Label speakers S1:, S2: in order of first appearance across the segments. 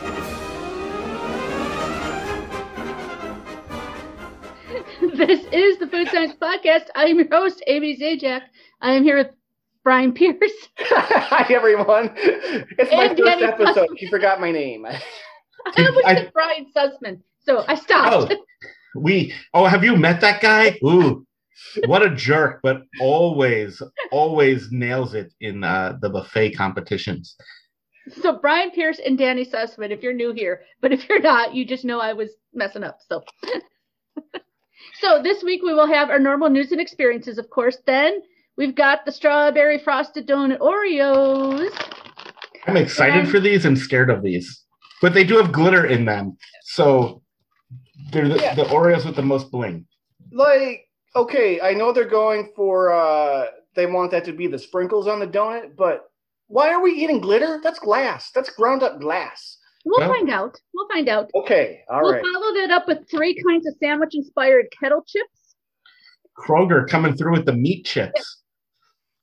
S1: the Food Science Podcast. I am your host, Amy Zajac. I am here with Brian Pierce.
S2: Hi everyone. It's my
S1: And
S2: first
S1: Danny
S2: episode. She forgot my name.
S1: I almost
S3: I-
S1: said Brian Sussman, so I stopped.
S3: Oh, We oh, have you met that guy? Ooh, what a jerk! But always, always nails it in uh, the buffet competitions.
S2: Oh.
S1: So Brian Pierce and Danny Sussman, if you're new here, but if you're not, you just know I was messing up. So So this week we will have our normal news and experiences, of course. Then we've got the strawberry frosted donut Oreos.
S3: I'm excited
S1: And-
S3: for these and scared of these, but they do have glitter in them, so they're the,
S2: Yeah.
S3: the Oreos with the most bling.
S2: like, okay, I know they're going for uh they want that to be the sprinkles on the donut, but why are we eating glitter? That's glass. That's ground up glass.
S1: We'll
S3: Well-
S1: find out. We'll find out.
S2: Okay, all
S1: we'll
S2: right.
S1: follow that up with three kinds of sandwich inspired kettle chips.
S3: Kroger coming through with the meat chips.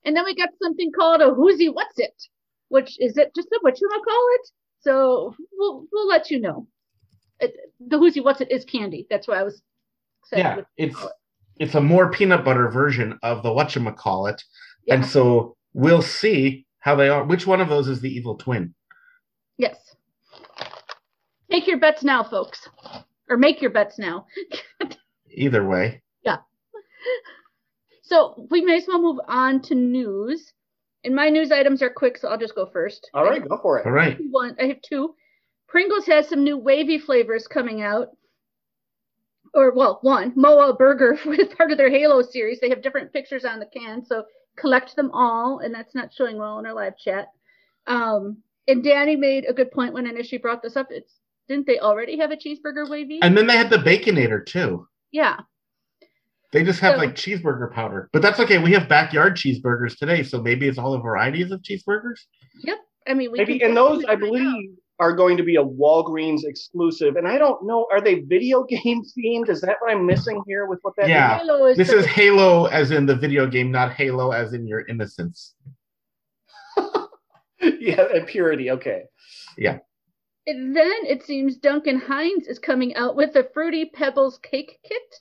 S1: And then we got something called a Whoozy What's It, which is it just a what you want to call it. So we'll we'll let you know. It, the Whoozy What's It is candy. That's why I was excited.
S3: Yeah,
S1: with-
S3: it's it's a more peanut butter version of the whatchamacallit.
S1: Yeah.
S3: And so we'll see how they are. Which one of those is the evil twin?
S1: yes. Make your bets now, folks, or make your bets now.
S3: Either way.
S1: So we may as well move on to news. And my news items are quick, so I'll just go first.
S2: All right, go for
S3: All
S2: it.
S3: right.
S1: one. I have two. Pringles has some new wavy flavors coming out. Or well, one Moa Burger was part of their Halo series. They have different pictures on the can, so collect them all. And that's not showing well in our live chat. Um, and Danny made a good point when I initially brought this up. It's didn't they already have a cheeseburger wavy?
S3: And then they had the baconator too.
S1: yeah,
S3: They just have
S1: So-
S3: like cheeseburger powder. But that's okay. We have backyard cheeseburgers today, so maybe it's all the varieties of cheeseburgers.
S1: I mean we
S2: Maybe
S1: can
S2: and those I
S1: find out.
S2: believe are going to be a Walgreens exclusive. And I don't know, are they video game themed? Is that what I'm missing here with what that
S3: Yeah.
S1: Halo is
S3: This
S1: the-
S3: is Halo as in the video game, not Halo as in your innocence.
S2: yeah, and purity, okay.
S1: And then it seems Duncan Hines is coming out with a Fruity Pebbles cake kit.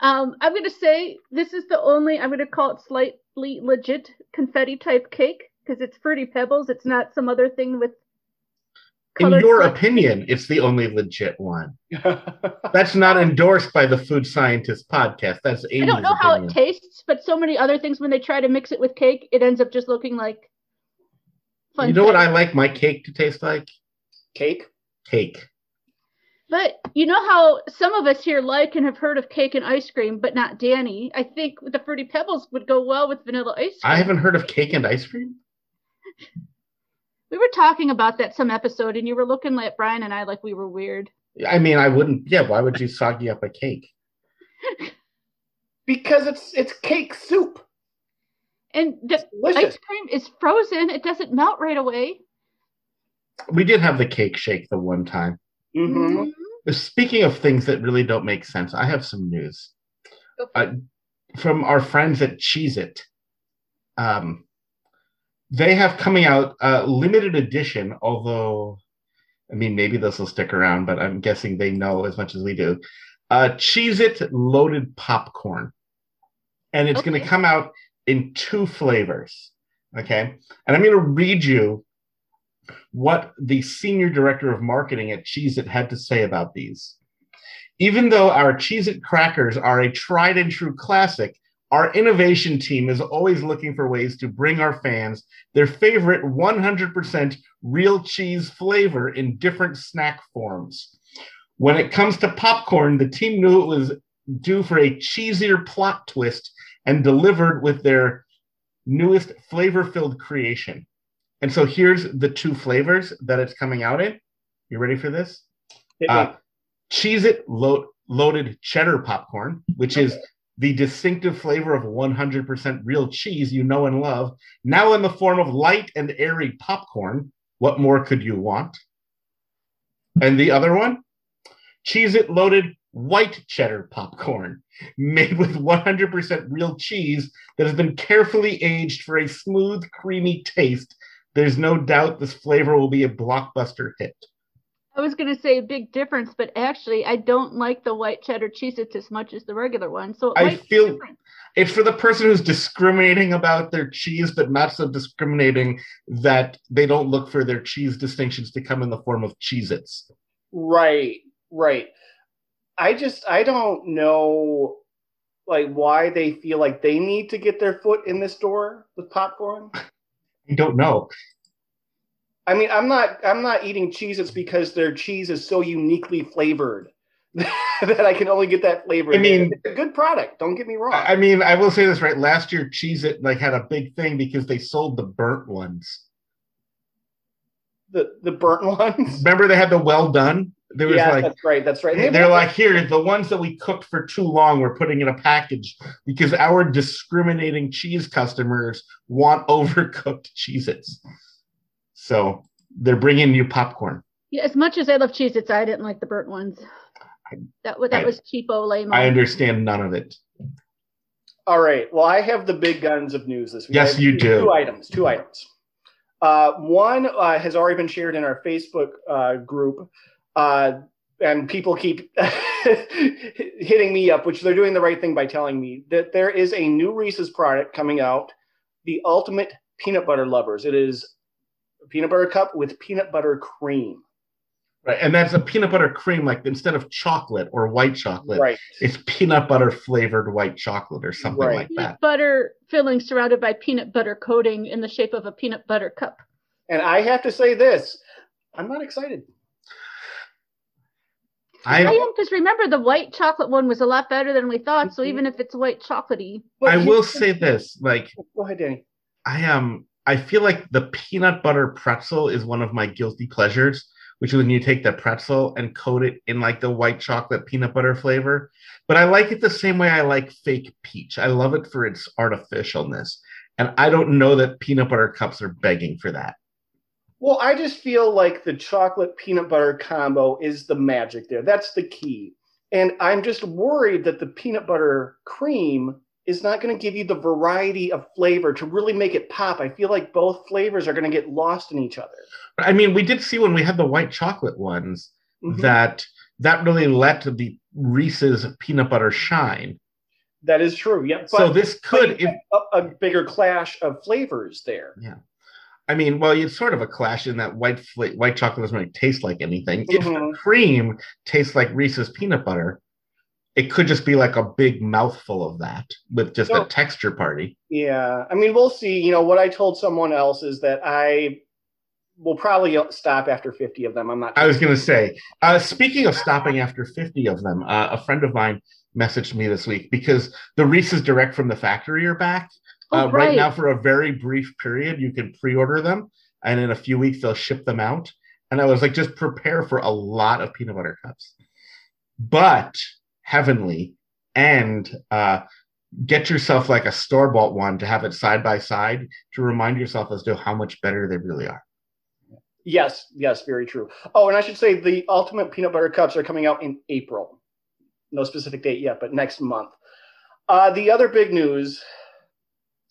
S1: Um, I'm going to say this is the only, I'm going to call it slightly legit confetti type cake because it's Fruity Pebbles. It's not some other thing with
S3: In
S1: colored
S3: your
S1: flesh.
S3: opinion, it's the only legit one. That's not endorsed by the Food Scientist podcast. That's Amy's
S1: I don't know how it
S3: opinion.
S1: tastes, but so many other things when they try to mix it with cake, it ends up just looking like fun.
S3: you know what
S1: fact.
S3: I like my cake to taste like?
S2: Cake?
S3: Cake.
S1: But you know how some of us here like and have heard of cake and ice cream, but not Danny. I think the fruity pebbles would go well with vanilla ice cream.
S3: I haven't heard of cake and ice cream.
S1: we were talking about that some episode, and you were looking at Brian and I like we were weird.
S3: I mean, I wouldn't. Yeah, why would you soggy up a cake?
S2: Because it's it's cake soup.
S1: And the ice
S2: Delicious.
S1: cream is frozen; it doesn't melt right away.
S3: We did have the cake shake the one time.
S2: Mm-hmm.
S1: Mhm.
S3: Speaking of things that really don't make sense, I have some news
S1: Go for
S3: I-
S1: it.
S3: from our friends at Cheez It. Um, they have coming out uh, limited edition, although, I mean, maybe this will stick around, but I'm guessing they know as much as we do. Uh, Cheez It loaded popcorn. And it's going
S1: Okay.
S3: to come out in two flavors. Okay. And I'm going to read you what the senior director of marketing at Cheez It had to say about these. Even though our Cheez It crackers are a tried and true classic, our innovation team is always looking for ways to bring our fans their favorite 100% real cheese flavor in different snack forms. When it comes to popcorn, the team knew it was due for a cheesier plot twist and delivered with their newest flavor filled creation. And so here's the two flavors that it's coming out in. You ready for this? Uh, Cheez It lo- loaded cheddar popcorn, which is the distinctive flavor of 100% real cheese you know and love, now in the form of light and airy popcorn. What more could you want? And the other one? Cheez It loaded white cheddar popcorn, made with 100% real cheese that has been carefully aged for a smooth, creamy taste. There's no doubt this flavor will be a blockbuster hit.
S1: I was going to say a big difference, but actually, I don't like the white cheddar Cheez Its as much as the regular one. So it
S3: I
S1: might be
S3: feel-
S1: different.
S3: It's for the person who's discriminating about their cheese, but not so discriminating that they don't look for their cheese distinctions to come in the form of Cheez Its.
S2: Right, right. I just I don't know like why they feel like they need to get their foot in this door with popcorn.
S3: I don't know.
S2: I mean, I'm not I'm not eating cheese it's because their cheese is so uniquely flavored that I can only get that flavor.
S3: I mean-
S2: It's a good product, don't get me wrong.
S3: I I mean, I will say this right. Last year, Cheez It like had a big thing because they sold the burnt ones.
S2: the the burnt ones.
S3: Remember, they had the well done. There was
S2: Yeah,
S3: like
S2: that's right, that's right.
S3: They're like, here, the ones that we cooked for too long, we're putting in a package because our discriminating cheese customers want overcooked Cheez Its. So they're bringing you popcorn.
S1: Yeah, as much as I love Cheez Its, I didn't like the burnt ones. That was that
S3: I-
S1: was cheapo lame.
S3: I understand none of it.
S2: All right. Well, I have the big guns of news this week.
S3: Yes,
S2: I have
S3: you do.
S2: Two items. Two items. Uh, one uh, has already been shared in our Facebook uh, group, uh, and people keep hitting me up, which they're doing the right thing by telling me that there is a new Reese's product coming out, the Ultimate Peanut Butter Lovers. It is a peanut butter cup with peanut butter cream.
S3: Right. And that's a peanut butter cream, like instead of chocolate or white chocolate,
S2: Right.
S3: it's peanut butter flavored white chocolate or something
S2: Right.
S3: like that.
S1: peanut butter filling surrounded by peanut butter coating in the shape of a peanut butter cup.
S2: And I have to say this, I'm not excited.
S1: I
S3: I,
S1: am because remember the white chocolate one was a lot better than we thought. So even if it's white chocolatey,
S3: I
S2: But-
S3: will say this like,
S2: Go ahead, Danny.
S3: I am. I feel like the peanut butter pretzel is one of my guilty pleasures, which is when you take the pretzel and coat it in like the white chocolate peanut butter flavor. But I like it the same way I like fake peach. I love it for its artificialness. And I don't know that peanut butter cups are begging for that.
S2: Well, I just feel like the chocolate peanut butter combo is the magic there. That's the key. And I'm just worried that the peanut butter cream is not going to give you the variety of flavor to really make it pop. I feel like both flavors are going to get lost in each other.
S3: I mean, we did see when we had the white chocolate ones
S2: Mhm.
S3: that that really let the Reese's peanut butter shine.
S2: that is true. Yeah. But
S3: so this could, if
S2: a, a bigger clash of flavors there.
S3: I mean, well, it's sort of a clash in that white fla- white chocolate doesn't really taste like anything. If
S2: Mhm.
S3: the cream tastes like Reese's peanut butter, it could just be like a big mouthful of that with just
S2: No.
S3: a texture party.
S2: Yeah. I mean, we'll see. You know, what I told someone else is that I will probably stop after 50 of them. I'm not
S3: I was gonna say. Uh, speaking of stopping after fifty of them, uh, a friend of mine messaged me this week because the Reese's direct from the factory are back
S1: oh
S3: uh, right.
S1: right,
S3: now for a very brief period. You can pre-order them, and in a few weeks they'll ship them out. And I was like, just prepare for a lot of peanut butter cups, but heavenly, and uh, get yourself like a store-bought one to have it side by side to remind yourself as to how much better they really are.
S2: Yes, yes, very true. Oh, and I should say the ultimate peanut butter cups are coming out in April. No specific date yet, but next month. Uh, the other big news,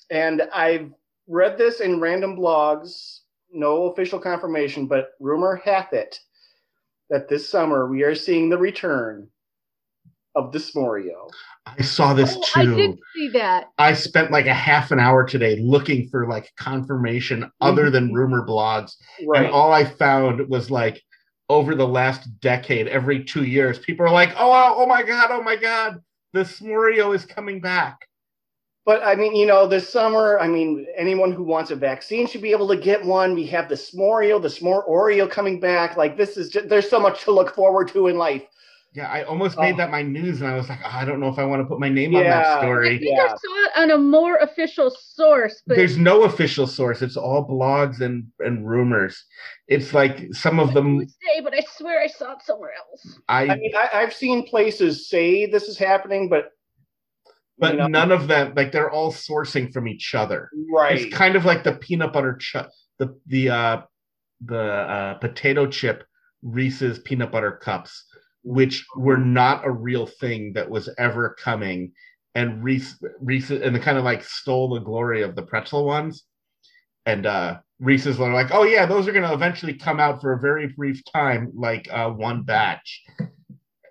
S2: and I've read this in random blogs, no official confirmation, but rumor hath it that this summer we are seeing the return of the Smorio.
S3: I saw this
S1: oh, I
S3: too.
S1: did see that.
S3: I spent like a half an hour today looking for like confirmation
S1: Mm-hmm.
S3: other than rumor blogs And all I found was like over the last decade, every two years, people are like, oh, oh, oh my God, oh my God, the Smorio is coming back.
S2: But I mean, you know, this summer, I mean, anyone who wants a vaccine should be able to get one. We have the Smorio, the Smore Oreo coming back. Like this is just, there's so much to look forward to in life.
S3: Yeah, I almost
S2: Oh.
S3: made that my news and I was like, oh, I don't know if I want to put my name on
S2: Yeah.
S3: that
S1: I
S3: story.
S1: think I
S2: Yeah.
S1: saw it on a more official source, but
S3: There's no official source. It's all blogs and, and rumors. It's like some of
S1: I
S3: them
S1: would say, but I swear I saw it somewhere else.
S2: I
S3: I
S2: mean, I, I've seen places say this is happening, but
S3: but
S2: you know,
S3: none of them like they're all sourcing from each other.
S2: right,
S3: It's kind of like the peanut butter chip, the the uh, the uh, potato chip Reese's peanut butter cups, which were not a real thing that was ever coming, and Reese Reese and they kind of like stole the glory of the pretzel ones, and uh, Reese's are like, oh yeah, those are going to eventually come out for a very brief time, like uh, one batch,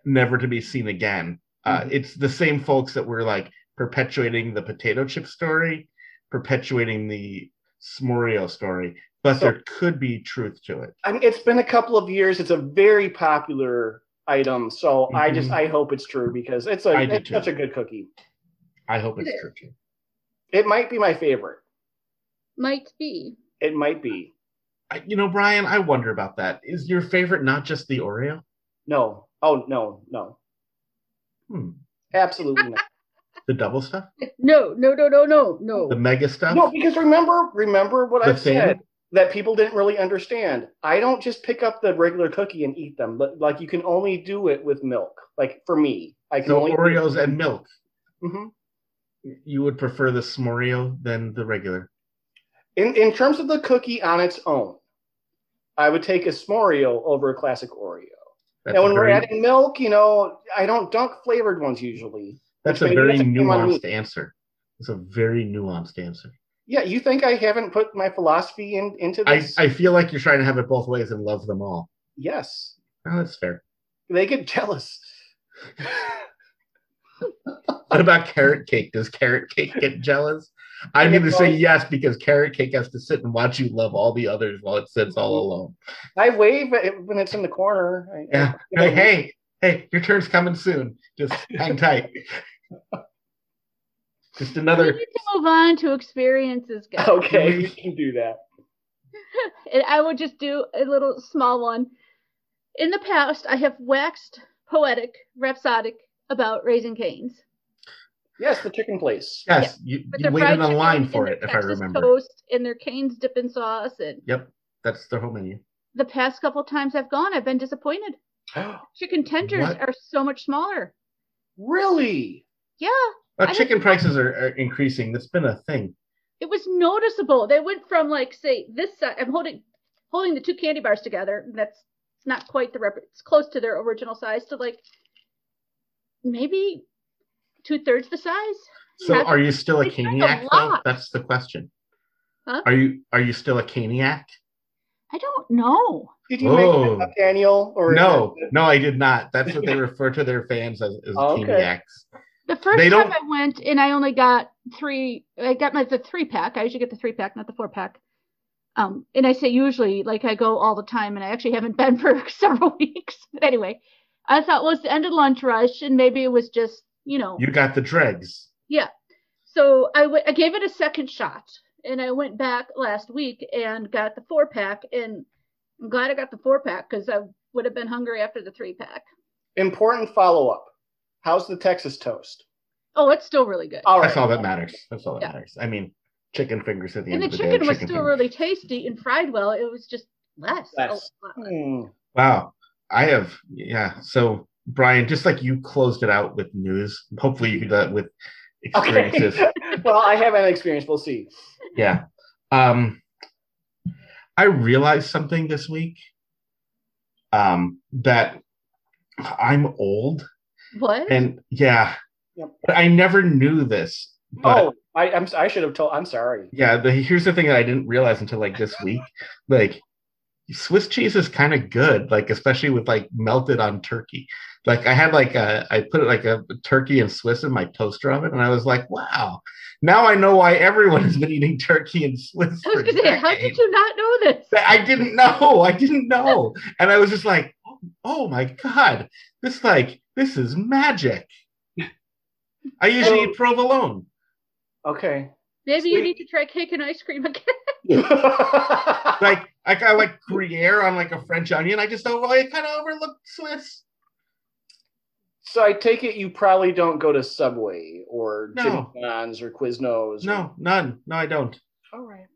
S3: never to be seen again. Uh,
S2: Mhm.
S3: It's the same folks that were like perpetuating the potato chip story, perpetuating the Smorio story, but
S2: So-
S3: there could be truth to it.
S2: I mean, it's been a couple of years. It's a very popular item, so I just
S3: Mhm.
S2: I hope it's true because it's a
S3: I do
S2: it's
S3: too.
S2: such a good cookie.
S3: I hope it's
S1: It is.
S3: true too.
S2: It might be my favorite.
S1: Might be.
S2: It might be
S3: I, you know, Brian, I wonder about that. Is your favorite not just the Oreo?
S2: no. Oh no, no,
S3: Hmm.
S2: absolutely not.
S3: The double stuff?
S1: No, no, no, no, no, no.
S3: The mega stuff?
S2: No, because remember, remember what
S3: The
S2: I've said that people didn't really understand. I don't just pick up the regular cookie and eat them. Li- Like you can only do it with milk. Like for me, I can
S3: So
S2: only
S3: Oreos and milk.
S2: hmm
S3: You would prefer the S'moreo than the regular.
S2: In in terms of the cookie on its own, I would take a S'moreo over a classic Oreo.
S3: That's
S2: now,
S3: a
S2: when we're
S3: very,
S2: adding milk, you know, I don't dunk flavored ones usually.
S3: that's a
S2: which maybe
S3: very
S2: that's a game on
S3: nuanced answer. It's a very nuanced answer.
S2: Yeah, you think I haven't put my philosophy in, into
S3: I,
S2: this?
S3: I feel like you're trying to have it both ways and love them all.
S2: yes,
S3: Oh, that's fair.
S2: they get jealous.
S3: What about carrot cake? Does carrot cake get jealous? I'm
S2: And it
S3: going to say
S2: was-
S3: yes because carrot cake has to sit and watch you love all the others while it sits all alone.
S2: I wave at it when it's in the corner. I- I-
S3: Yeah.
S2: you know,
S3: Like, hey, hey, your turn's coming soon. Just hang tight. Just
S1: we
S3: another.
S1: need to move on to experiences, guys.
S2: Okay, we can do that.
S1: and I will just do a little small one. In the past, I have waxed poetic, rhapsodic about raising canes.
S2: Yes, the chicken place.
S3: Yes, you,
S1: With
S3: you
S1: their
S3: waited
S1: fried
S3: in
S1: chicken
S3: line
S1: and
S3: for
S1: their
S3: it, if I
S1: Texas
S3: remember.
S1: Toast and their canes dip in sauce. And
S3: Yep, that's their whole menu.
S1: the past couple times I've gone, I've been disappointed. Chicken tenders
S3: What?
S1: are so much smaller.
S2: really?
S1: Yeah, I
S3: Uh,
S1: don't-
S3: chicken prices are, are increasing. That's been a thing.
S1: it was noticeable. They went from like say this side. I'm holding holding the two candy bars together. and That's it's not quite the rep. It's close to their original size to like maybe two thirds the size.
S3: So,
S1: Yeah.
S3: are you still a
S1: They spend a
S3: caniac? though?
S1: lot.
S3: That's the question.
S1: Huh?
S3: Are you are you still a caniac?
S1: I don't know.
S2: Did you make
S3: Whoa.
S2: that up, Daniel? Or
S3: No, no, I did not. That's what they refer to their fans as, as
S2: Okay.
S3: caniacs.
S1: The first
S3: They
S1: time
S3: don't-
S1: I went and I only got three. I got my the three pack. I usually get the three pack, not the four pack. Um, and I say usually, like I go all the time, and I actually haven't been for several weeks. But anyway, I thought well, it's the end of lunch rush, and maybe it was just you know
S3: You got the dregs.
S1: So I w- I gave it a second shot, and I went back last week and got the four pack, and I'm glad I got the four pack because I would have been hungry after the three pack.
S2: Important follow up. How's the Texas toast?
S1: Oh, it's still really good,
S2: All
S3: That's all that matters. That's all that
S1: Yeah.
S3: matters. I mean, chicken fingers at the
S1: and
S3: end
S1: the
S3: of the
S1: chicken
S3: day.
S1: was still
S3: fingers.
S1: really tasty and fried well. It was just less. Oh, a
S2: Less.
S1: lot less.
S2: Hmm.
S3: Wow. I have, yeah. So, Brian, just like you closed it out with news, hopefully you do that with experiences.
S2: Okay. well, I have an experience. We'll see.
S3: yeah. Um, I realized something this week um, that I'm old.
S1: What?
S3: And yeah,
S2: Yep.
S3: but I never knew this. But
S2: oh, I, I'm, I should have told. I'm sorry.
S3: yeah, the, here's the thing that I didn't realize until like this week. Like, Swiss cheese is kind of good, like especially with like melted on turkey. Like I had like a, I put like a turkey and Swiss in my toaster oven, and I was like, wow, now I know why everyone has been eating turkey and Swiss.
S1: I was
S3: for
S1: gonna say, how did
S3: decades.
S1: you not know this?
S3: That I didn't know. I didn't know, and I was just like, oh my god, this like this is magic. I usually eat provolone.
S2: Okay.
S1: Maybe you
S2: Sweet.
S1: need to try cake and ice cream again.
S2: like,
S3: like I got like Gruyere on like a French onion. I just over I kind of overlooked Swiss.
S2: so I take it you probably don't go to Subway or
S3: No.
S2: Jimmy John's or Quiznos. or-
S3: No, none. No, I don't.
S2: All right.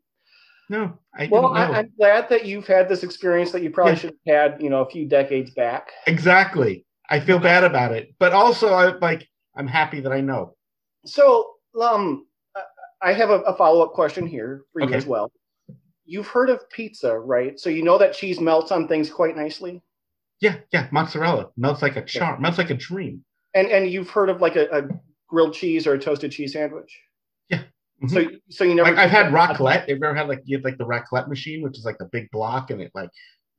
S3: No, I
S2: Well,
S3: don't know.
S2: I, I'm glad that you've had this experience that you probably
S3: Yeah.
S2: should have had, you know, a few decades back.
S3: exactly. I feel bad about it, but also I like I'm happy that I know.
S2: So, um, I- I have a, a follow up question here for you
S3: Okay.
S2: as well. You've heard of pizza, right? So you know that cheese melts on things quite nicely,
S3: Yeah, yeah, mozzarella melts like a charm, melts like a dream.
S2: and and you've heard of like a, a grilled cheese or a toasted cheese sandwich.
S3: Yeah.
S2: So so you never
S3: like I've had raclette. Have you ever had like you have like the raclette machine, which is like the big block, and it like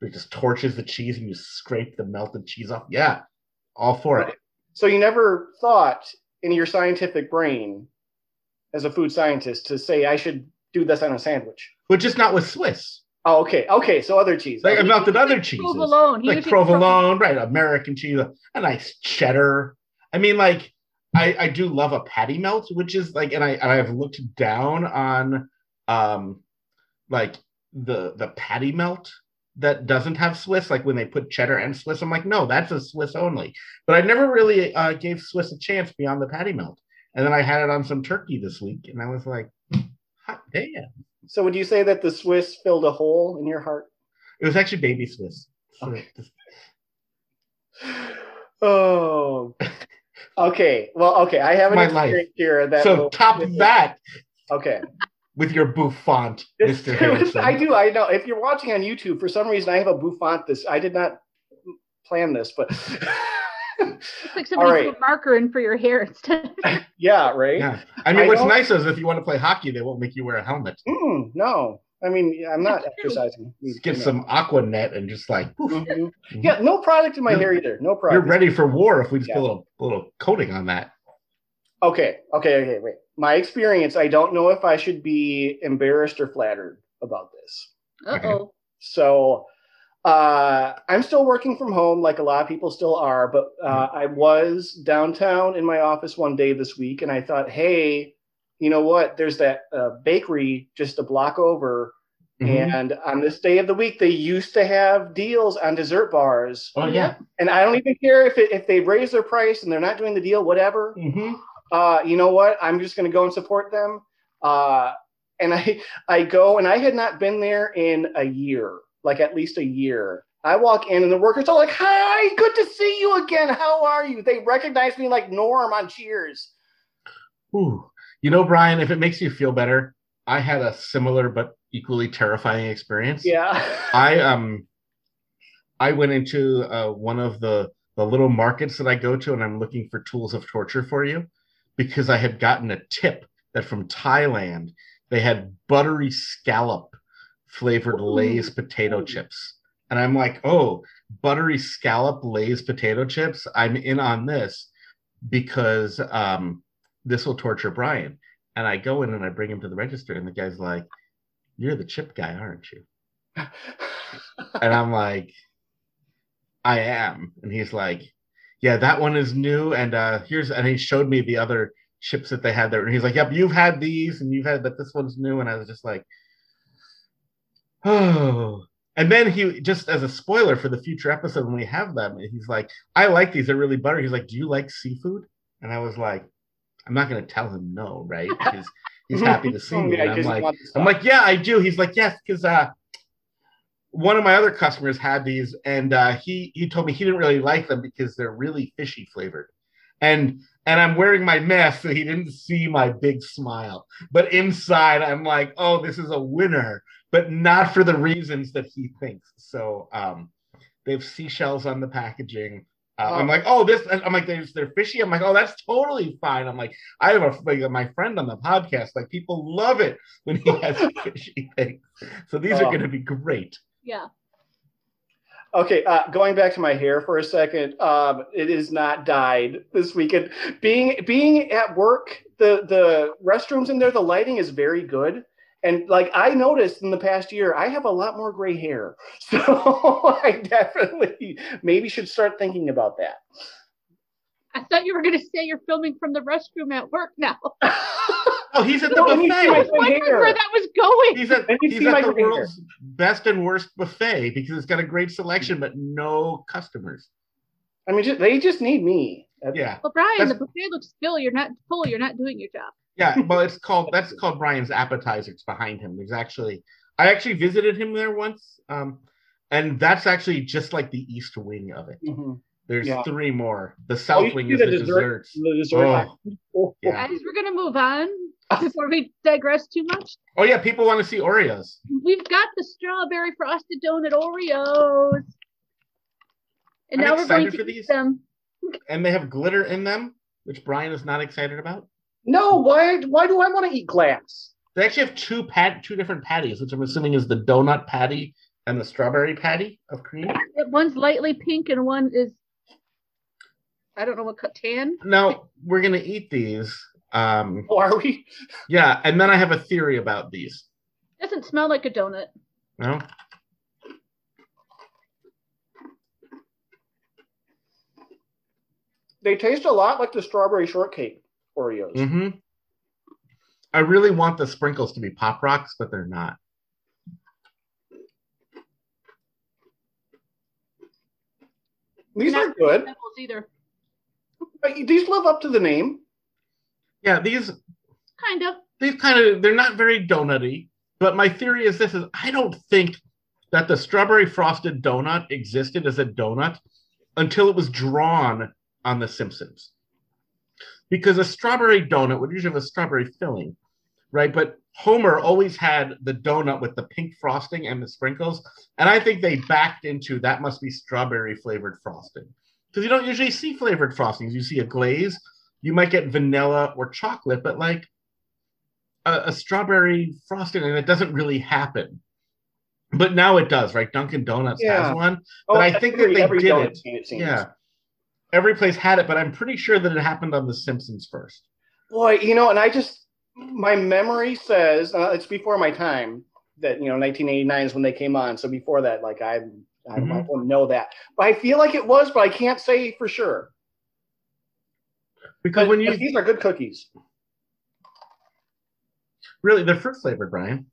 S3: it just torches the cheese, and you scrape the melted cheese off. Yeah, all for it.
S2: So you never thought in your scientific brain as a food scientist to say I should do this on a sandwich.
S3: But just not with Swiss.
S2: Oh, okay, okay. So other cheese.
S3: Like I've melted other
S1: Like
S3: cheeses,
S1: Provolone. He
S3: like
S1: usually-
S3: provolone, right? American cheese, a nice cheddar. I mean, like I I do love a patty melt, which is like, and I I have looked down on um like the the patty melt that doesn't have Swiss, like when they put cheddar and Swiss. I'm like, no, that's a Swiss only. But I never really uh, gave Swiss a chance beyond the patty melt. And then I had it on some turkey this week, and I was like, hot damn.
S2: So would you say that the Swiss filled a hole in your heart?
S3: It was actually baby Swiss. So
S2: Okay. Oh. Okay. Well, okay. I have an
S3: My
S2: experience
S3: life.
S2: here that
S3: so
S2: will-
S3: top that
S2: Okay.
S3: with your bouffant,
S2: This-
S3: Mr. Harrison.
S2: I do. I know. If you're watching on YouTube, for some reason, I have a bouffant. This I did not plan this, but
S1: It's like somebody
S2: All right.
S1: put a marker in for your hair instead.
S2: yeah, right.
S3: Yeah. I mean,
S2: I
S3: what's
S2: don't-
S3: nice is if you want to play hockey, they won't make you wear a helmet.
S2: Mm, no, I mean I'm not exercising.
S3: Just get some aqua net and just like poof,
S2: Mhm. Yeah, no product in my
S3: You're-
S2: hair either. No
S3: you're
S2: product.
S3: ready for war if we just
S2: Yeah.
S3: put a little, little coating on that.
S2: Okay, okay, okay, wait. My experience, I don't know if I should be embarrassed or flattered about this.
S1: Uh oh.
S2: So uh, I'm still working from home, like a lot of people still are, but uh, I was downtown in my office one day this week, and I thought, hey, you know what? There's that uh, bakery just a block over,
S3: Mhm.
S2: and on this day of the week, they used to have deals on dessert bars.
S3: Oh yeah.
S2: And I don't even care if, it, if they raise their price and they're not doing the deal, whatever
S3: hmm
S2: uh, you know what? I'm just going to go and support them. Uh, and I, I go and I had not been there in a year, like at least a year. I walk in and the workers are like, hi, good to see you again. How are you? They recognize me like Norm on Cheers.
S3: Ooh. You know, Brian, if it makes you feel better, I had a similar but equally terrifying experience.
S2: Yeah.
S3: I um I went into uh, one of the the little markets that I go to and I'm looking for tools of torture for you because I had gotten a tip that from Thailand they had buttery scallop flavored
S1: Ooh.
S3: Lay's potato
S2: Ooh.
S3: chips. And I'm like, "Oh, buttery scallop Lay's potato chips. I'm in on this because um this will torture Brian." And I go in and I bring him to the register and the guy's like, "You're the chip guy, aren't you?" And I'm like, I am. And he's like, Yeah, that one is new. And uh here's and he showed me the other chips that they had there. And he's like, Yep, you've had these and you've had but this one's new. And I was just like, Oh. And then he just as a spoiler for the future episode when we have them, he's like, I like these, they're really buttery. He's like, Do you like seafood? And I was like, I'm not gonna tell him no, right? Because he's happy to see me.
S2: Oh, Yeah,
S3: And
S2: I
S3: I'm
S2: just
S3: like,
S2: want this
S3: I'm
S2: stuff.
S3: like, yeah, I do. He's like, yes, because uh, one of my other customers had these, and uh, he he told me he didn't really like them because they're really fishy flavored, and and I'm wearing my mask, so he didn't see my big smile. But inside, I'm like, oh, this is a winner, but not for the reasons that he thinks. So um, they have seashells on the packaging. Uh, I'm
S2: Oh.
S3: like, oh, this. I'm like, they're, they're fishy. I'm like, oh, that's totally fine. I'm like, I have a like my friend on the podcast. Like, people love it when he has fishy things. So these
S2: Oh.
S3: are going to be great.
S1: Yeah.
S2: Okay, uh, going back to my hair for a second, um, it is not dyed this weekend. Being being at work, the the restrooms in there, the lighting is very good, and like I noticed in the past year, I have a lot more gray hair, so I definitely maybe should start thinking about that.
S1: I thought you were going to say you're filming from the restroom at work now.
S3: Oh, he's at the
S2: No, he's
S1: I was
S2: doing-
S3: buffet.
S1: wondering
S2: Here.
S1: where that was going.
S3: He's at,
S2: Let me
S3: he's
S2: see
S3: at
S2: my
S3: the
S2: finger.
S3: world's best and worst buffet because it's got a great selection but no customers.
S2: I mean, ju- they just need me.
S3: Yeah,
S1: Well, Brian, the
S3: That's-
S1: buffet looks full. You're not full. You're not doing your job.
S3: yeah. Well, it's called that's called Brian's appetizers behind him. There's actually I actually visited him there once, um, and that's actually just like the east wing of it.
S2: Mhm.
S3: There's
S2: Yeah. Oh,
S3: three more. The south
S2: you
S3: wing
S2: do
S3: is
S2: the
S3: the,
S2: dessert-
S3: desserts.
S2: The dessert-
S3: Oh.
S2: Oh,
S3: Yeah.
S1: Guys, we're going to move on before we digress too much.
S3: Oh yeah, people want to see Oreos.
S1: We've got the strawberry frosted donut Oreos. And
S3: I'm
S1: now we're going
S3: excited
S1: to
S3: for
S1: eat
S3: these.
S1: them.
S3: and they have glitter in them, which Brian is not excited about.
S2: No, why? Why do I want to eat glass?
S3: They actually have two pat two different patties, which I'm assuming is the donut patty and the strawberry patty of cream.
S1: It- One's lightly pink and one is, I don't know what cut tan.
S3: Now we're gonna eat these. Um,
S2: Oh, are we?
S3: yeah, and then I have a theory about these.
S1: Doesn't smell like a donut.
S3: No,
S2: They taste a lot like the strawberry shortcake Oreos.
S3: hmm I really want the sprinkles to be pop rocks, but they're not.
S2: These
S1: Not
S2: are good.
S1: Apples either.
S2: Uh, These live up to the name.
S3: Yeah, these
S1: Kind of.
S3: these kind of they're not very donutty. But my theory is this: is I don't think that the strawberry frosted donut existed as a donut until it was drawn on The Simpsons, because a strawberry donut would usually have a strawberry filling, right? But Homer always had the donut with the pink frosting and the sprinkles, and I think they backed into that must be strawberry flavored frosting because you don't usually see flavored frostings. You see a glaze, you might get vanilla or chocolate, but like a, a strawberry frosting, and it doesn't really happen. But now it does, right? Dunkin' Donuts
S2: Yeah.
S3: has one.
S2: Oh,
S3: But I
S2: that's
S3: think that
S2: every-
S3: they
S2: every
S3: did
S2: donut
S3: it.
S2: scene, seems.
S3: Yeah. Every place had it, but I'm pretty sure that it happened on The Simpsons first.
S2: Boy, you know, and I just my memory says uh, it's before my time that you know 1989 is when they came on. So before that, like I I
S3: Mhm.
S2: don't know that, but I feel like it was, but I can't say for sure.
S3: Because
S2: But,
S3: when you
S2: but these are good cookies.
S3: really, they're fruit flavored, Brian.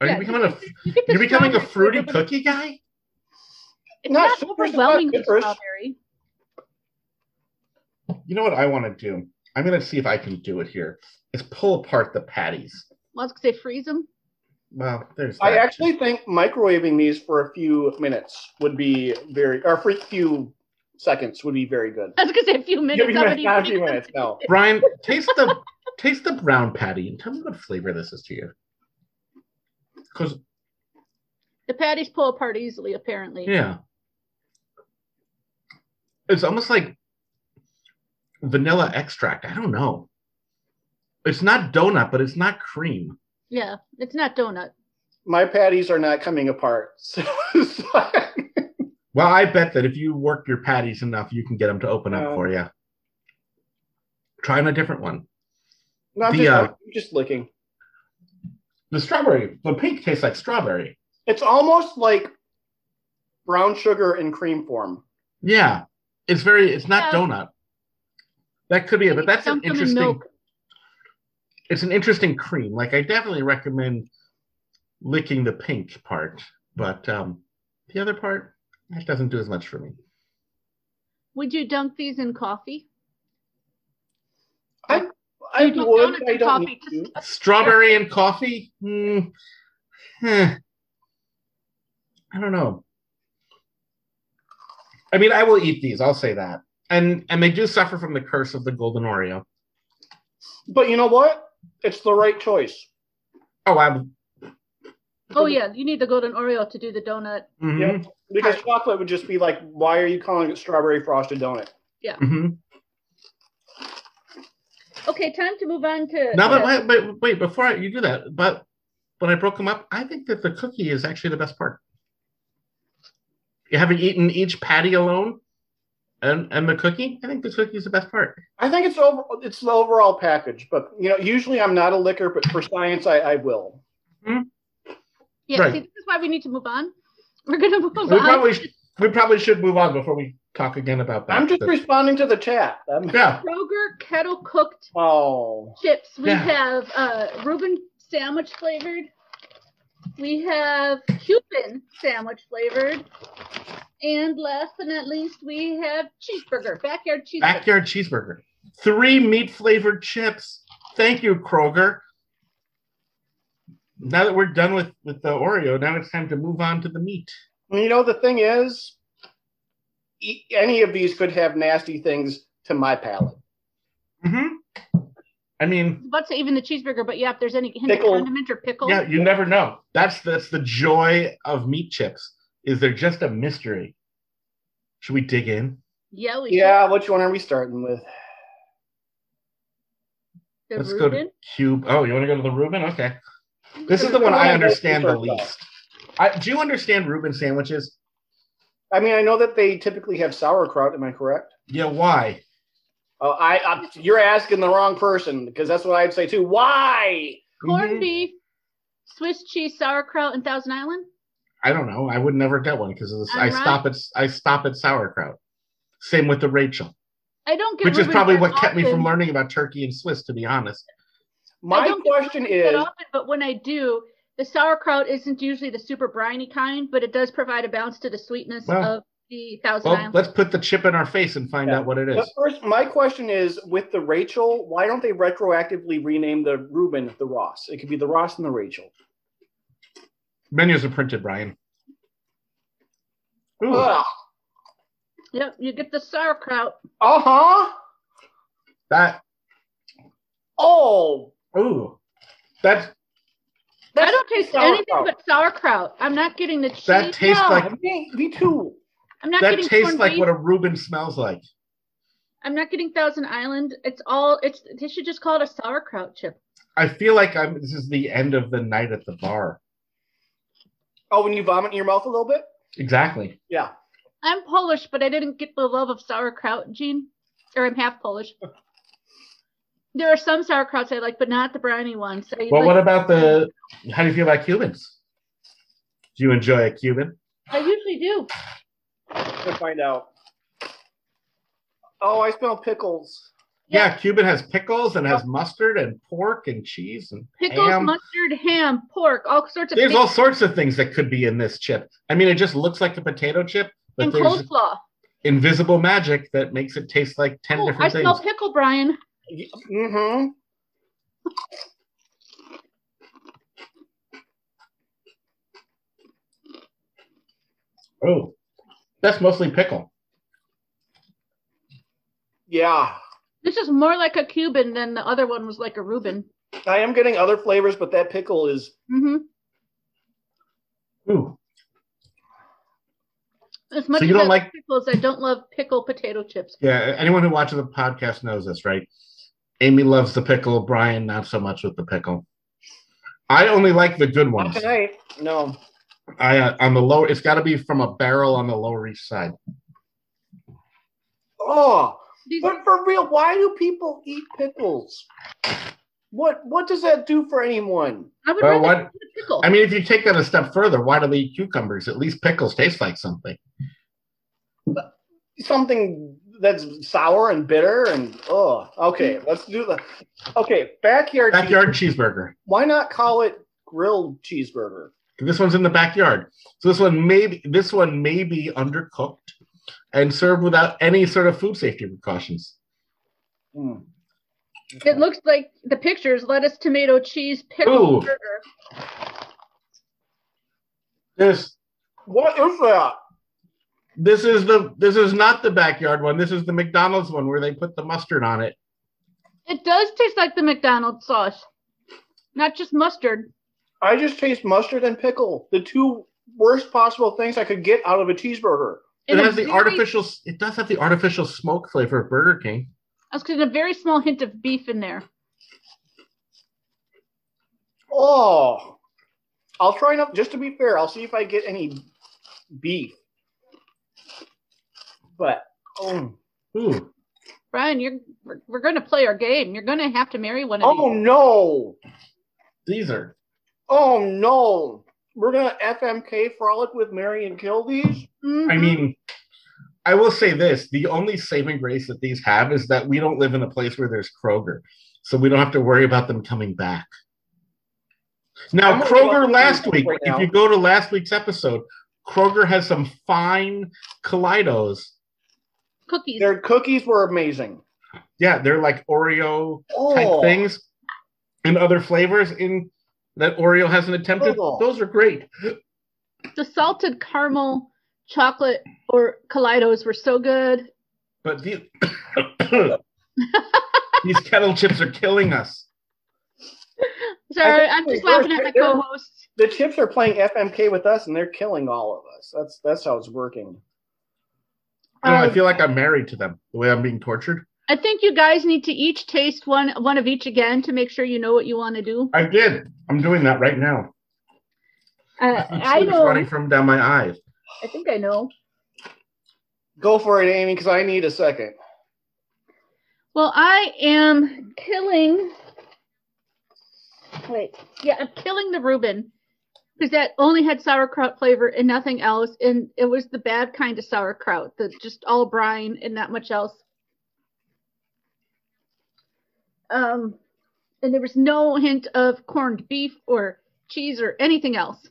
S3: Are
S1: Yeah,
S3: you becoming a
S1: You get the
S3: you're becoming a
S1: strawberry
S3: fruity
S1: flavor, but
S3: cookie guy?
S1: It's
S2: Not
S1: not,
S2: super, it's not
S1: overwhelmingly
S2: citrus.
S1: strawberry.
S3: You know what I want to do? I'm gonna see if I can do it here. Is pull apart the patties.
S1: Well, I was gonna say freeze them.
S3: Well, there's.
S2: I
S3: that.
S2: actually think microwaving these for a few minutes would be very, or for a few seconds would be very good.
S1: I was gonna say a few minutes.
S2: Yeah,
S1: I
S2: but
S1: wouldn't
S2: not a
S1: even
S2: few
S1: think
S2: minutes, no.
S3: Brian, taste the taste the brown patty and tell me what flavor this is to you. Because
S1: The patties pull apart easily, apparently.
S3: yeah, it's almost like vanilla extract. I don't know. It's not donut, but it's not cream.
S1: Yeah, it's not donut.
S2: My patties are not coming apart. So, so
S3: Well, I bet that if you work your patties enough, you can get them to open up
S2: Yeah.
S3: for you. Trying a different one.
S2: no, I'm
S3: The,
S2: just,
S3: uh,
S2: I'm just licking.
S3: The strawberry, the pink tastes like strawberry.
S2: It's almost like brown sugar in cream form.
S3: Yeah, it's very. It's not
S1: Yeah.
S3: donut. That could be it, but that's an
S1: Dump them in
S3: interesting.
S1: milk.
S3: It's an interesting cream. Like I definitely recommend licking the pink part, but um, the other part that doesn't do as much for me.
S1: Would you dunk these in coffee?
S2: I
S1: You don't
S2: would,
S1: want it
S2: but I
S1: to
S2: don't
S1: copy
S2: need to.
S3: Strawberry and coffee. Hmm. Huh. I don't know. I mean, I will eat these. I'll say that, and and they do suffer from the curse of the golden Oreo.
S2: But you know what? It's the right choice.
S3: Oh, I'm.
S1: Oh yeah, you need the golden Oreo to do the donut.
S3: mhm.
S2: Yep. Because chocolate would just be like, why are you calling it strawberry frosted donut?
S3: Mhm.
S1: Okay, time to move on to.
S3: Now,
S1: uh,
S3: but wait, wait, wait, before I, you do that, but when I broke them up, I think that the cookie is actually the best part. You haven't eaten each patty alone, and and the cookie. I think the cookie is the best part.
S2: I think it's over. It's the overall package. But you know, usually I'm not a licker, but for science, I, I will.
S1: yeah,
S3: right.
S1: see, this is why we need to move on. We're gonna move
S3: We
S1: on.
S3: probably sh- we probably should move on before we talk again about that.
S2: I'm just
S3: But-
S2: responding to the chat. I'm-
S3: yeah,
S1: Kroger kettle cooked
S2: oh,
S1: chips. We
S3: Yeah.
S1: have uh, Reuben sandwich flavored. We have Cuban sandwich flavored. And last but not least, we have cheeseburger, backyard cheeseburger.
S3: backyard cheeseburger, three meat flavored chips. Thank you, Kroger. Now that we're done with with the Oreo, now it's time to move on to the meat.
S2: And you know the thing is, e- any of these could have nasty things to my palate.
S3: Mm-hmm. I mean.
S1: I was about to say even the cheeseburger, but yeah, if there's any hint of
S2: Pickle.
S1: condiment or pickle,
S3: Yeah, you never know. That's that's the joy of meat chips. Is they're just a mystery. Should we dig in?
S1: yeah, we should.
S2: Yeah, which one are we starting with?
S1: The
S3: Let's go
S1: Reuben.
S3: to Cube. Oh, you want to go to the Reuben? Okay. This is the one I understand the least. I, do you understand Reuben sandwiches?
S2: I mean, I know that they typically have sauerkraut. Am I correct?
S3: Yeah, why?
S2: Oh, I, I you're asking the wrong person because that's what I'd say too. Why?
S1: Corned
S3: Mhm.
S1: beef, Swiss cheese, sauerkraut, and Thousand Island.
S3: I don't know. I would never get one because I
S1: Alright.
S3: stop at I stop at sauerkraut. Same with the Rachel,
S1: I don't get
S3: which is
S1: Reuben
S3: probably
S1: that
S3: what kept me
S1: often.
S3: from learning about turkey and Swiss, to be honest.
S1: I
S2: My
S1: don't get
S2: question
S1: Reuben that
S2: is,
S1: often, but when I do, the sauerkraut isn't usually the super briny kind, but it does provide a balance to the sweetness
S3: Well-
S1: of the Thousand
S3: Well,
S1: Island.
S3: let's put the chip in our face and find
S2: Yeah.
S3: out what it
S2: but
S3: is.
S2: first, my question is with the Rachel, why don't they retroactively rename the Reuben the Ross? It could be the Ross and the Rachel.
S3: Menus are printed, Brian. Ooh.
S2: Uh
S1: Yep, you get the sauerkraut.
S2: huh.
S3: That
S2: Oh,
S3: ooh, that
S1: I don't taste anything
S2: sauerkraut.
S1: but sauerkraut. I'm not getting the cheese.
S3: that tastes
S2: yeah,
S3: like
S2: me, me too.
S1: I'm not
S3: that
S1: getting
S3: tastes
S1: corned
S3: like
S1: beef.
S3: what a Reuben smells like.
S1: I'm not getting Thousand Island. It's all. It's. They should just call it a sauerkraut chip.
S3: I feel like I'm. This is the end of the night at the bar.
S2: Oh, when you vomit in your mouth a little bit?
S3: Exactly.
S2: Yeah.
S1: I'm Polish, but I didn't get the love of sauerkraut, Gene. Or I'm half Polish. There are some sauerkrauts I like, but not the briny ones. I,
S3: Well,
S1: like-
S3: what about the? How do you feel about Cubans? Do you enjoy a Cuban?
S1: I usually do.
S2: To find out. Oh, I smell pickles.
S3: Yeah,
S1: Yeah.
S3: Cuban has pickles and has mustard and pork and cheese and
S1: Pickles,
S3: ham.
S1: mustard, ham, pork, all sorts of
S3: There's
S1: things,
S3: all sorts of things that could be in this chip. I mean, it just looks like a potato chip, but
S1: and
S3: there's
S1: coleslaw.
S3: invisible magic that makes it taste like 10
S1: Oh,
S3: different
S1: I
S3: things.
S1: smell pickle, Brian.
S2: Mm hmm.
S3: oh, that's mostly pickle.
S2: Yeah.
S1: This is more like a Cuban than the other one was like a Reuben.
S2: I am getting other flavors, but that pickle is.
S1: hmm
S3: Ooh,
S1: As much
S3: you
S1: as
S3: don't
S1: I
S3: like-
S1: pickles, I don't love pickle potato chips.
S3: yeah. Anyone who watches the podcast knows this, right? Amy loves the pickle. Brian, not so much with the pickle. I only like the good
S2: Not
S3: ones.
S2: tonight. No.
S3: I uh, on the lower. It's got to be from a barrel on the Lower East Side.
S2: Oh.
S1: These,
S2: But for real, why do people eat pickles? What what does that do for anyone?
S1: I would
S3: Well,
S1: rather
S3: what-
S1: eat a pickle.
S3: I mean, if you take that a step further, why do they eat cucumbers? At least pickles taste like something.
S2: Something that's sour and bitter and oh, okay, let's do the okay backyard. cheese-
S3: Backyard cheeseburger.
S2: why not call it grilled cheeseburger?
S3: This one's in the backyard. So this one may be, this one may be undercooked and served without any sort of food safety precautions.
S2: Hmm.
S1: It looks like the pictures: lettuce, tomato, cheese,
S3: Ooh.
S1: pickle, burger.
S3: This
S2: What is that?
S3: this is the this is not the backyard one. This is the McDonald's one where they put the mustard on it.
S1: It does taste like the McDonald's sauce, not just mustard.
S2: I just taste mustard and pickle, the two worst possible things I could get out of a cheeseburger.
S3: It
S1: And a
S3: has the
S1: very-
S3: artificial. It does have the artificial smoke flavor of Burger King.
S1: I was getting a very small hint of beef in there.
S2: Oh, I'll try not. Just to be fair, I'll see if I get any beef. But oh,
S3: Ooh,
S1: Brian, you're we're, we're going to play our game. You're going to have to marry one of
S2: oh
S1: these.
S2: no,
S3: these are
S2: oh no, we're gonna FMK frolic with Mary and kill these.
S1: Mhm.
S3: I
S2: Mm-hmm.
S3: mean, I will say this: the only saving grace that these have is that we don't live in a place where there's Kroger, so we don't have to worry about them coming back.
S2: I'm
S3: Now,
S2: gonna go
S3: Kroger
S2: up
S3: last
S2: to
S3: week.
S2: right now.
S3: if you go to last week's episode, Kroger has some fine Kaleidos.
S1: cookies.
S2: Their cookies were amazing.
S3: Yeah, they're like Oreo type
S2: Oh,
S3: things and other flavors in that Oreo hasn't attempted.
S2: Oh.
S3: Those are great.
S1: The salted caramel chocolate or kaleidos were so good.
S3: But the, these kettle chips are killing us.
S1: Sorry,
S2: think
S1: I'm
S2: they
S1: just
S2: were-
S1: laughing at my
S2: they're-
S1: co-host.
S2: the chips are playing FMK with us, and they're killing all of us. That's that's how it's working.
S3: I, don't know, I
S1: Um,
S3: feel like I'm married to them. The way I'm being tortured.
S1: I think you guys need to each taste one one of each again to make sure you know what you want to do.
S3: I did. I'm doing that right now.
S1: Uh, I
S3: It's
S1: know.
S3: running from down my eyes.
S1: I think I know.
S2: Go for it, Amy, because I need a second.
S1: Well, I am killing. Wait, yeah, I'm killing the Reuben because that only had sauerkraut flavor and nothing else, and it was the bad kind of sauerkraut, the just all brine and not much else. Um, and there was no hint of corned beef or cheese or anything else.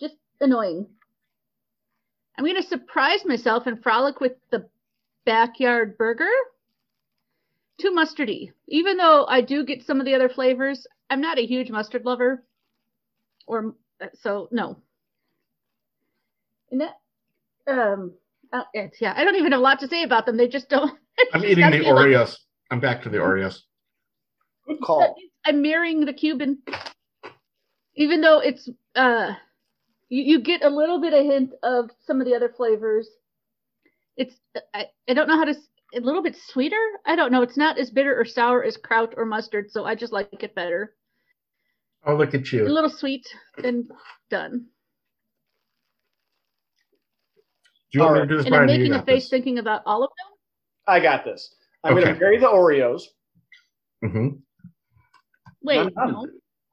S1: Just annoying. I'm gonna surprise myself and frolic with the backyard burger too mustardy. Even though I do get some of the other flavors, I'm not a huge mustard lover. Or so no. And that, um, uh, it's- yeah, I don't even have a lot to say about them. They just don't.
S3: I'm
S1: just
S3: eating
S1: got
S3: the
S1: me like-
S3: Oreos. I'm back to the Oreos.
S2: Good call.
S1: I'm marrying the Cuban, even though it's uh, you, you get a little bit of hint of some of the other flavors. It's I, I don't know how to s- a little bit sweeter. I don't know. It's not as bitter or sour as kraut or mustard, so I just like it better.
S3: Oh, look at
S1: A
S3: you.
S1: little sweet and done.
S3: Do you want me to
S2: Alright.
S3: do this,
S1: And I'm
S3: Brian? or you
S1: making a
S3: got
S1: face
S3: this?
S1: thinking about all of them.
S2: I got this. I'm going
S3: Okay.
S2: to bury the Oreos.
S3: Mhm.
S1: Wait,
S2: None.
S1: no. Nope.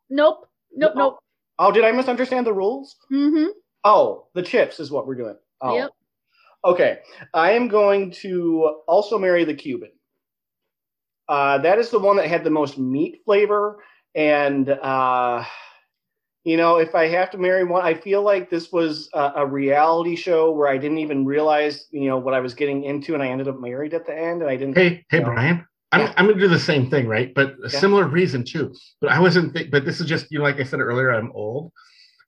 S1: Nope.
S2: No.
S1: Nope.
S2: Oh, did I misunderstand the rules?
S1: Mm-hmm.
S2: Oh, the chips is what we're doing. Oh.
S1: Yep.
S2: Okay. I am going to also marry the Cuban. Uh, that is the one that had the most meat flavor. And, uh, you know, if I have to marry one, I feel like this was a, a reality show where I didn't even realize, you know, what I was getting into. And I ended up married at the end. And I didn't.
S3: Hey, hey,
S2: No.
S3: Brian. I'm,
S2: Yeah.
S3: I'm going to do the same thing, right? But a
S2: Yeah.
S3: similar reason too. But I wasn't. Th- but this is just you know, like I said earlier, I'm old.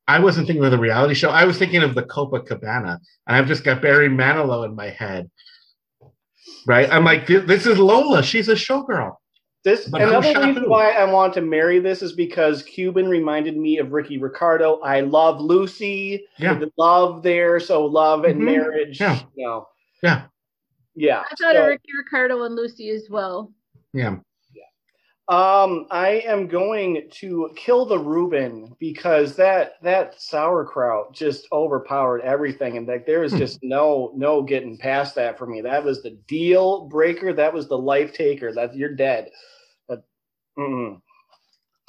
S3: I wasn't thinking of the reality show. I was thinking of the Copacabana, and I've just got Barry Manilow in my head. Right? I'm like, this, this is Lola. She's a showgirl.
S2: This
S3: But who
S2: another
S3: shot
S2: reason
S3: who?
S2: why I want to marry this is because Cuban reminded me of Ricky Ricardo. I love Lucy.
S3: Yeah,
S2: The love there, so love and
S3: Mhm.
S2: marriage.
S3: Yeah.
S2: You know.
S3: Yeah.
S2: Yeah.
S1: I thought
S2: so,
S1: of Ricky Ricardo and Lucy as well.
S3: yeah.
S2: um, I am going to kill the Reuben because that that sauerkraut just overpowered everything, and like there is
S3: Hmm.
S2: just no no getting past that for me. That was the deal breaker. That was the life taker. That you're dead. That- mm-mm.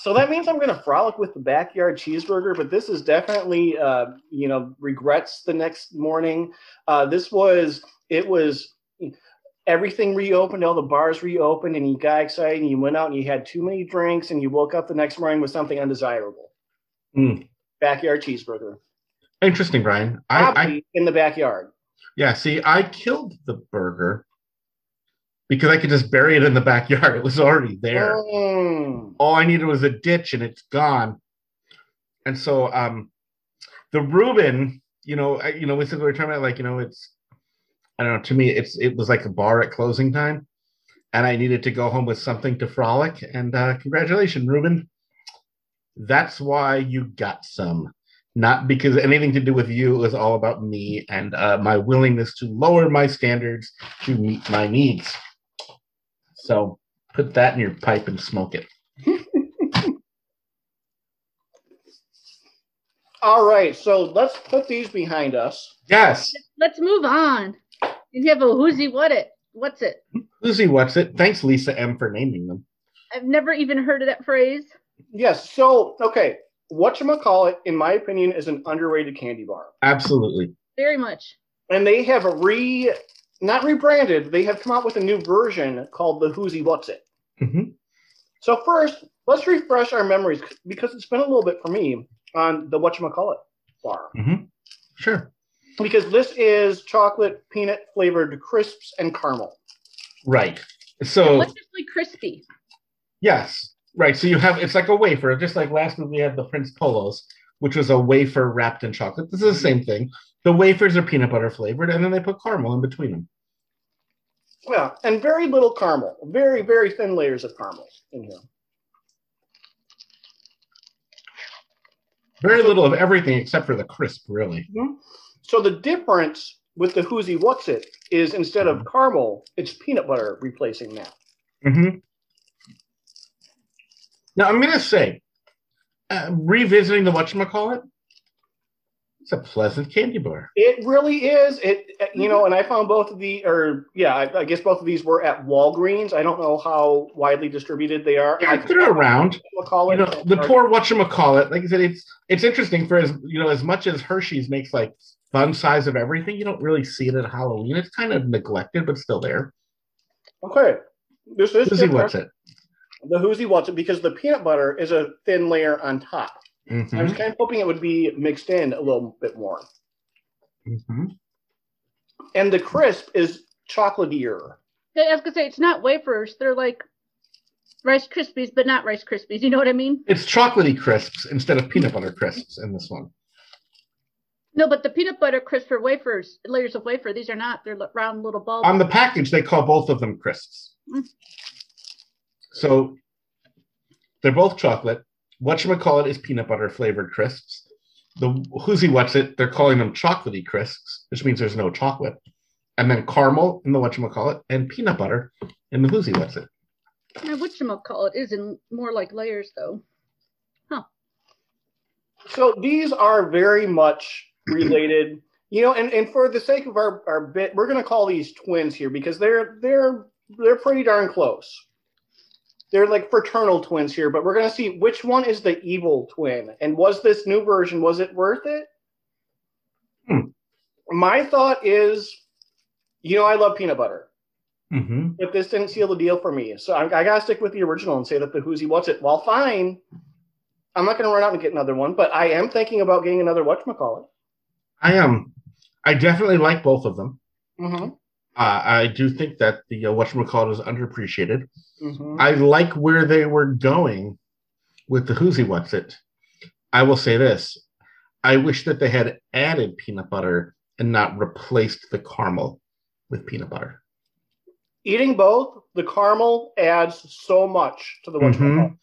S2: So that means I'm going to frolic with the backyard cheeseburger, but this is definitely, uh, you know, regrets the next morning. Uh, this was, it was, everything reopened, all the bars reopened, and you got excited, and you went out and you had too many drinks, and you woke up the next morning with something undesirable.
S3: Mm.
S2: Backyard cheeseburger.
S3: Interesting, Brian. I, I
S2: Probably in the backyard.
S3: Yeah, see, I killed the burger because I could just bury it in the backyard. It was already there.
S2: Mm.
S3: All I needed was a ditch and it's gone. And so um the Reuben, you know, I, you know, we said we were talking about like, you know, it's I don't know, to me it's it was like a bar at closing time. And I needed to go home with something to frolic. And uh congratulations, Reuben. That's why you got some. Not because anything to do with you. It was all about me and uh, my willingness to lower my standards to meet my needs. So put that in your pipe and smoke it.
S2: All right, so let's put these behind us.
S3: Yes.
S1: Let's move on. You have a whoozy what it? What's it?
S3: Lucy what's it. Thanks, Lisa M, for naming them.
S1: I've never even heard of that phrase.
S2: Yes, so, okay, whatchamacallit, in my opinion, is an underrated candy bar.
S3: Absolutely.
S1: Very much.
S2: and they have a re not rebranded they have come out with a new version called the who's He what's it
S3: Mhm.
S2: so first let's refresh our memories because it's been a little bit for me on the whatchamacallit bar
S3: Sure.
S2: because this is chocolate peanut flavored crisps and caramel
S3: Right. So
S1: Deliciously crispy.
S3: yes. Right. So you have it's like a wafer, just like last week we had the Prince Polos, which was a wafer wrapped in chocolate. This is the same thing. The wafers are peanut butter flavored, and then they put caramel in between them.
S2: yeah and very little caramel very very thin layers of caramel in here
S3: Very little of everything except for the crisp, really.
S2: So the difference with the Whoozy What's It is instead of caramel, it's peanut butter replacing that.
S3: Mm-hmm. Now I'm gonna say, uh, revisiting the whatchamacallit, it's a pleasant candy bar.
S2: It really is. It you know, and I found both of the or yeah, I, I guess both of these were at Walgreens. I don't know how widely distributed they are. I
S3: Yeah, they're around.
S2: We'll call
S3: You
S2: it
S3: know, the poor whatchamacallit, like I said, it's it's interesting for as you know, as much as Hershey's makes like fun size of everything, you don't really see it at Halloween. It's kind of neglected, but still there.
S2: Okay, this is
S3: Susie,
S2: different.
S3: what's it?
S2: the Hoosie Watson because the peanut butter is a thin layer on top. I was
S3: Mhm,
S2: kind of hoping it would be mixed in a little bit more.
S3: mhm.
S2: And the crisp is chocolatier.
S1: Yeah, I was gonna say it's not wafers. They're like Rice Krispies, but not Rice Krispies. You know what I mean?
S3: It's chocolatey crisps instead of peanut butter crisps in this one.
S1: No, but the peanut butter crisps are wafers, layers of wafer. These are not. They're li- round little balls.
S3: on the package they call both of them crisps
S1: Mm.
S3: so they're both chocolate what you call it is peanut butter flavored crisps the whoozy what's it they're calling them chocolatey crisps which means there's no chocolate and then caramel in the what call it and peanut butter in the whoozy what's it
S1: My whatchamacallit is in more like layers though.
S2: So these are very much related, you know. And, and for the sake of our, our bit, we're going to call these twins here because they're they're they're pretty darn close. They're like fraternal twins here, but we're going to see which one is the evil twin. And was this new version was it worth it?
S3: Hmm.
S2: My thought is, you know, I love peanut butter.
S3: mm-hmm.
S2: but this didn't seal the deal for me. So I, I gotta stick with the original and say that the Who's He What's It. Well, fine. I'm not gonna run out and get another one, but I am thinking about getting another whatchamacallit.
S3: i am um, i definitely like both of them
S2: Mm-hmm.
S3: uh, i do think that the uh, what call it is underappreciated
S2: Mm-hmm.
S3: I like where they were going with the Whoozy What's It. I will say this. I wish that they had added peanut butter and not replaced the caramel with peanut butter.
S2: Eating both, the caramel adds so much to the
S3: Mm-hmm.
S2: whatchamacallit.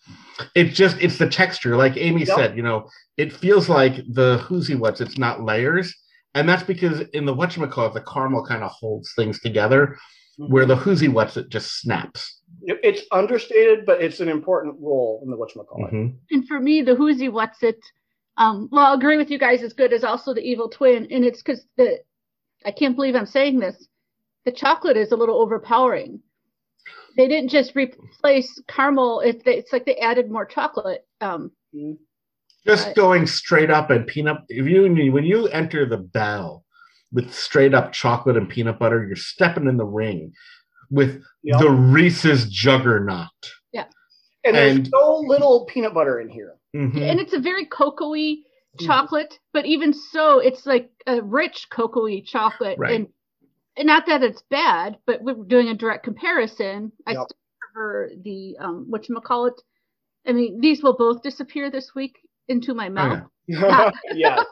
S3: It's just it's the texture. Like Amy
S2: Yep.
S3: said, you know, it feels like the Whoozy What's It's not layers. And that's because in the whatchamacallit, the caramel kind of holds things together, where the Whoozy What's It just snaps.
S2: It- It's understated, but it's an important role in the whatchamacallit.
S3: Mhm.
S1: And for me, the Whoozy What's It, um, well, I'll agree with you guys, is good as also the Evil Twin. And it's because the, I can't believe I'm saying this, the chocolate is a little overpowering. They didn't just replace caramel, it, it's like they added more chocolate. Um,
S3: just
S1: Right.
S3: going straight up and peanut if you when you enter the battle with straight up chocolate and peanut butter you're stepping in the ring with
S2: Yep.
S3: the reese's juggernaut
S2: and there's
S3: and-
S2: so little peanut butter in here.
S3: Mhm.
S1: And it's a very cocoa-y
S2: Mm-hmm.
S1: chocolate, but even so, it's like a rich cocoa-y chocolate.
S3: Right.
S1: And, and not that it's bad, but we're doing a direct comparison. I
S2: Yep.
S1: still prefer the um, whatchamacallit. I mean, these will both disappear this week into my
S3: Oh,
S1: mouth.
S3: yeah.
S2: yeah,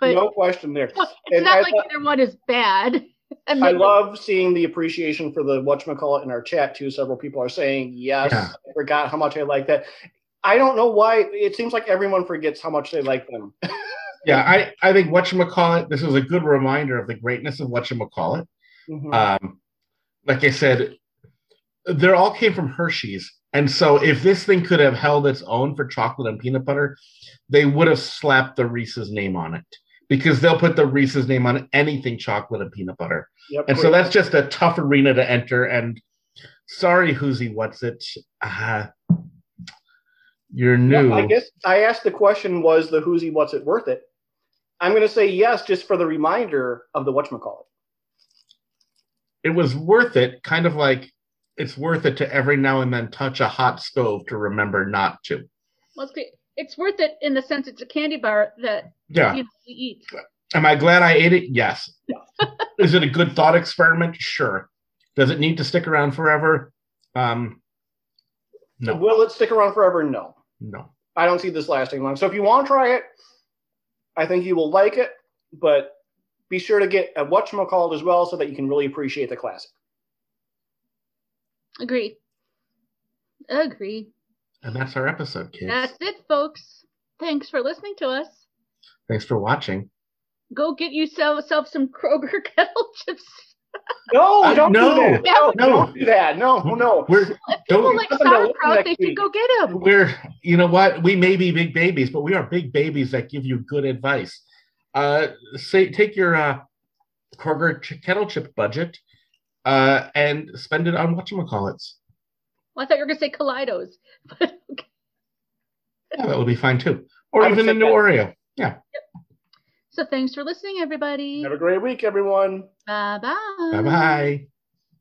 S1: But
S2: no question there.
S1: it's
S2: And
S1: not
S2: I
S1: like
S2: thought-
S1: either one is bad. I,
S2: I
S1: mean,
S2: love seeing the appreciation for the whatchamacallit in our chat too. Several people are saying, yes,
S3: Yeah.
S2: I forgot how much I like that. I don't know why. It seems like everyone forgets how much they like them.
S3: yeah i i think whatchamacallit this is a good reminder of the greatness of whatchamacallit
S2: Mm-hmm.
S3: um like i said they're all came from hershey's and so if this thing could have held its own for chocolate and peanut butter they would have slapped the reese's name on it because they'll put the reese's name on anything chocolate and peanut butter
S2: Yep,
S3: And so
S2: great.
S3: that's just a tough arena to enter. And sorry, Hoosie, what's it? Uh, you're new.
S2: Well, I guess I asked the question was the who's he, what's it worth it? I'm going to say yes, just for the reminder of the whatchamacallit.
S3: it was worth it, kind of like it's worth it to every now and then touch a hot stove to remember not to.
S1: let's be- it's worth it in the sense it's a candy bar that
S3: Yeah.
S1: you know, we eat.
S3: Am I glad I ate it? Yes. Is it a good thought experiment? Sure. Does it need to stick around forever? Um, no,
S2: Will it stick around forever? No.
S3: no.
S2: I don't see this lasting long. So if you want to try it, I think you will like it, but be sure to get a whatchamacallit as well so that you can really appreciate the classic.
S1: Agree. Agree.
S3: And that's our episode, kids.
S1: That's it, folks. Thanks for listening to us.
S3: Thanks for watching.
S1: Go get yourself self some Kroger kettle chips.
S2: No,
S3: Uh,
S2: don't
S3: no.
S2: do that. No,
S3: No.
S2: don't do that. No, no.
S3: We're
S1: People
S3: don't
S1: like
S2: nothing to look
S1: sauerkraut,
S2: next
S1: they should
S2: week.
S1: go get them.
S3: we're you know what we may be big babies, but we are big babies that give you good advice. Uh, say take your uh, Kroger ch- kettle chip budget uh, and spend it on whatchamacallits.
S1: Well, I thought you were going to say Kaleidos.
S3: Yeah, that would be fine too. Or
S2: I would
S3: even a
S2: say
S3: new
S2: that.
S3: Oreo.
S1: So thanks for listening, everybody.
S2: Have a great week, everyone.
S1: Bye bye.
S3: Bye bye.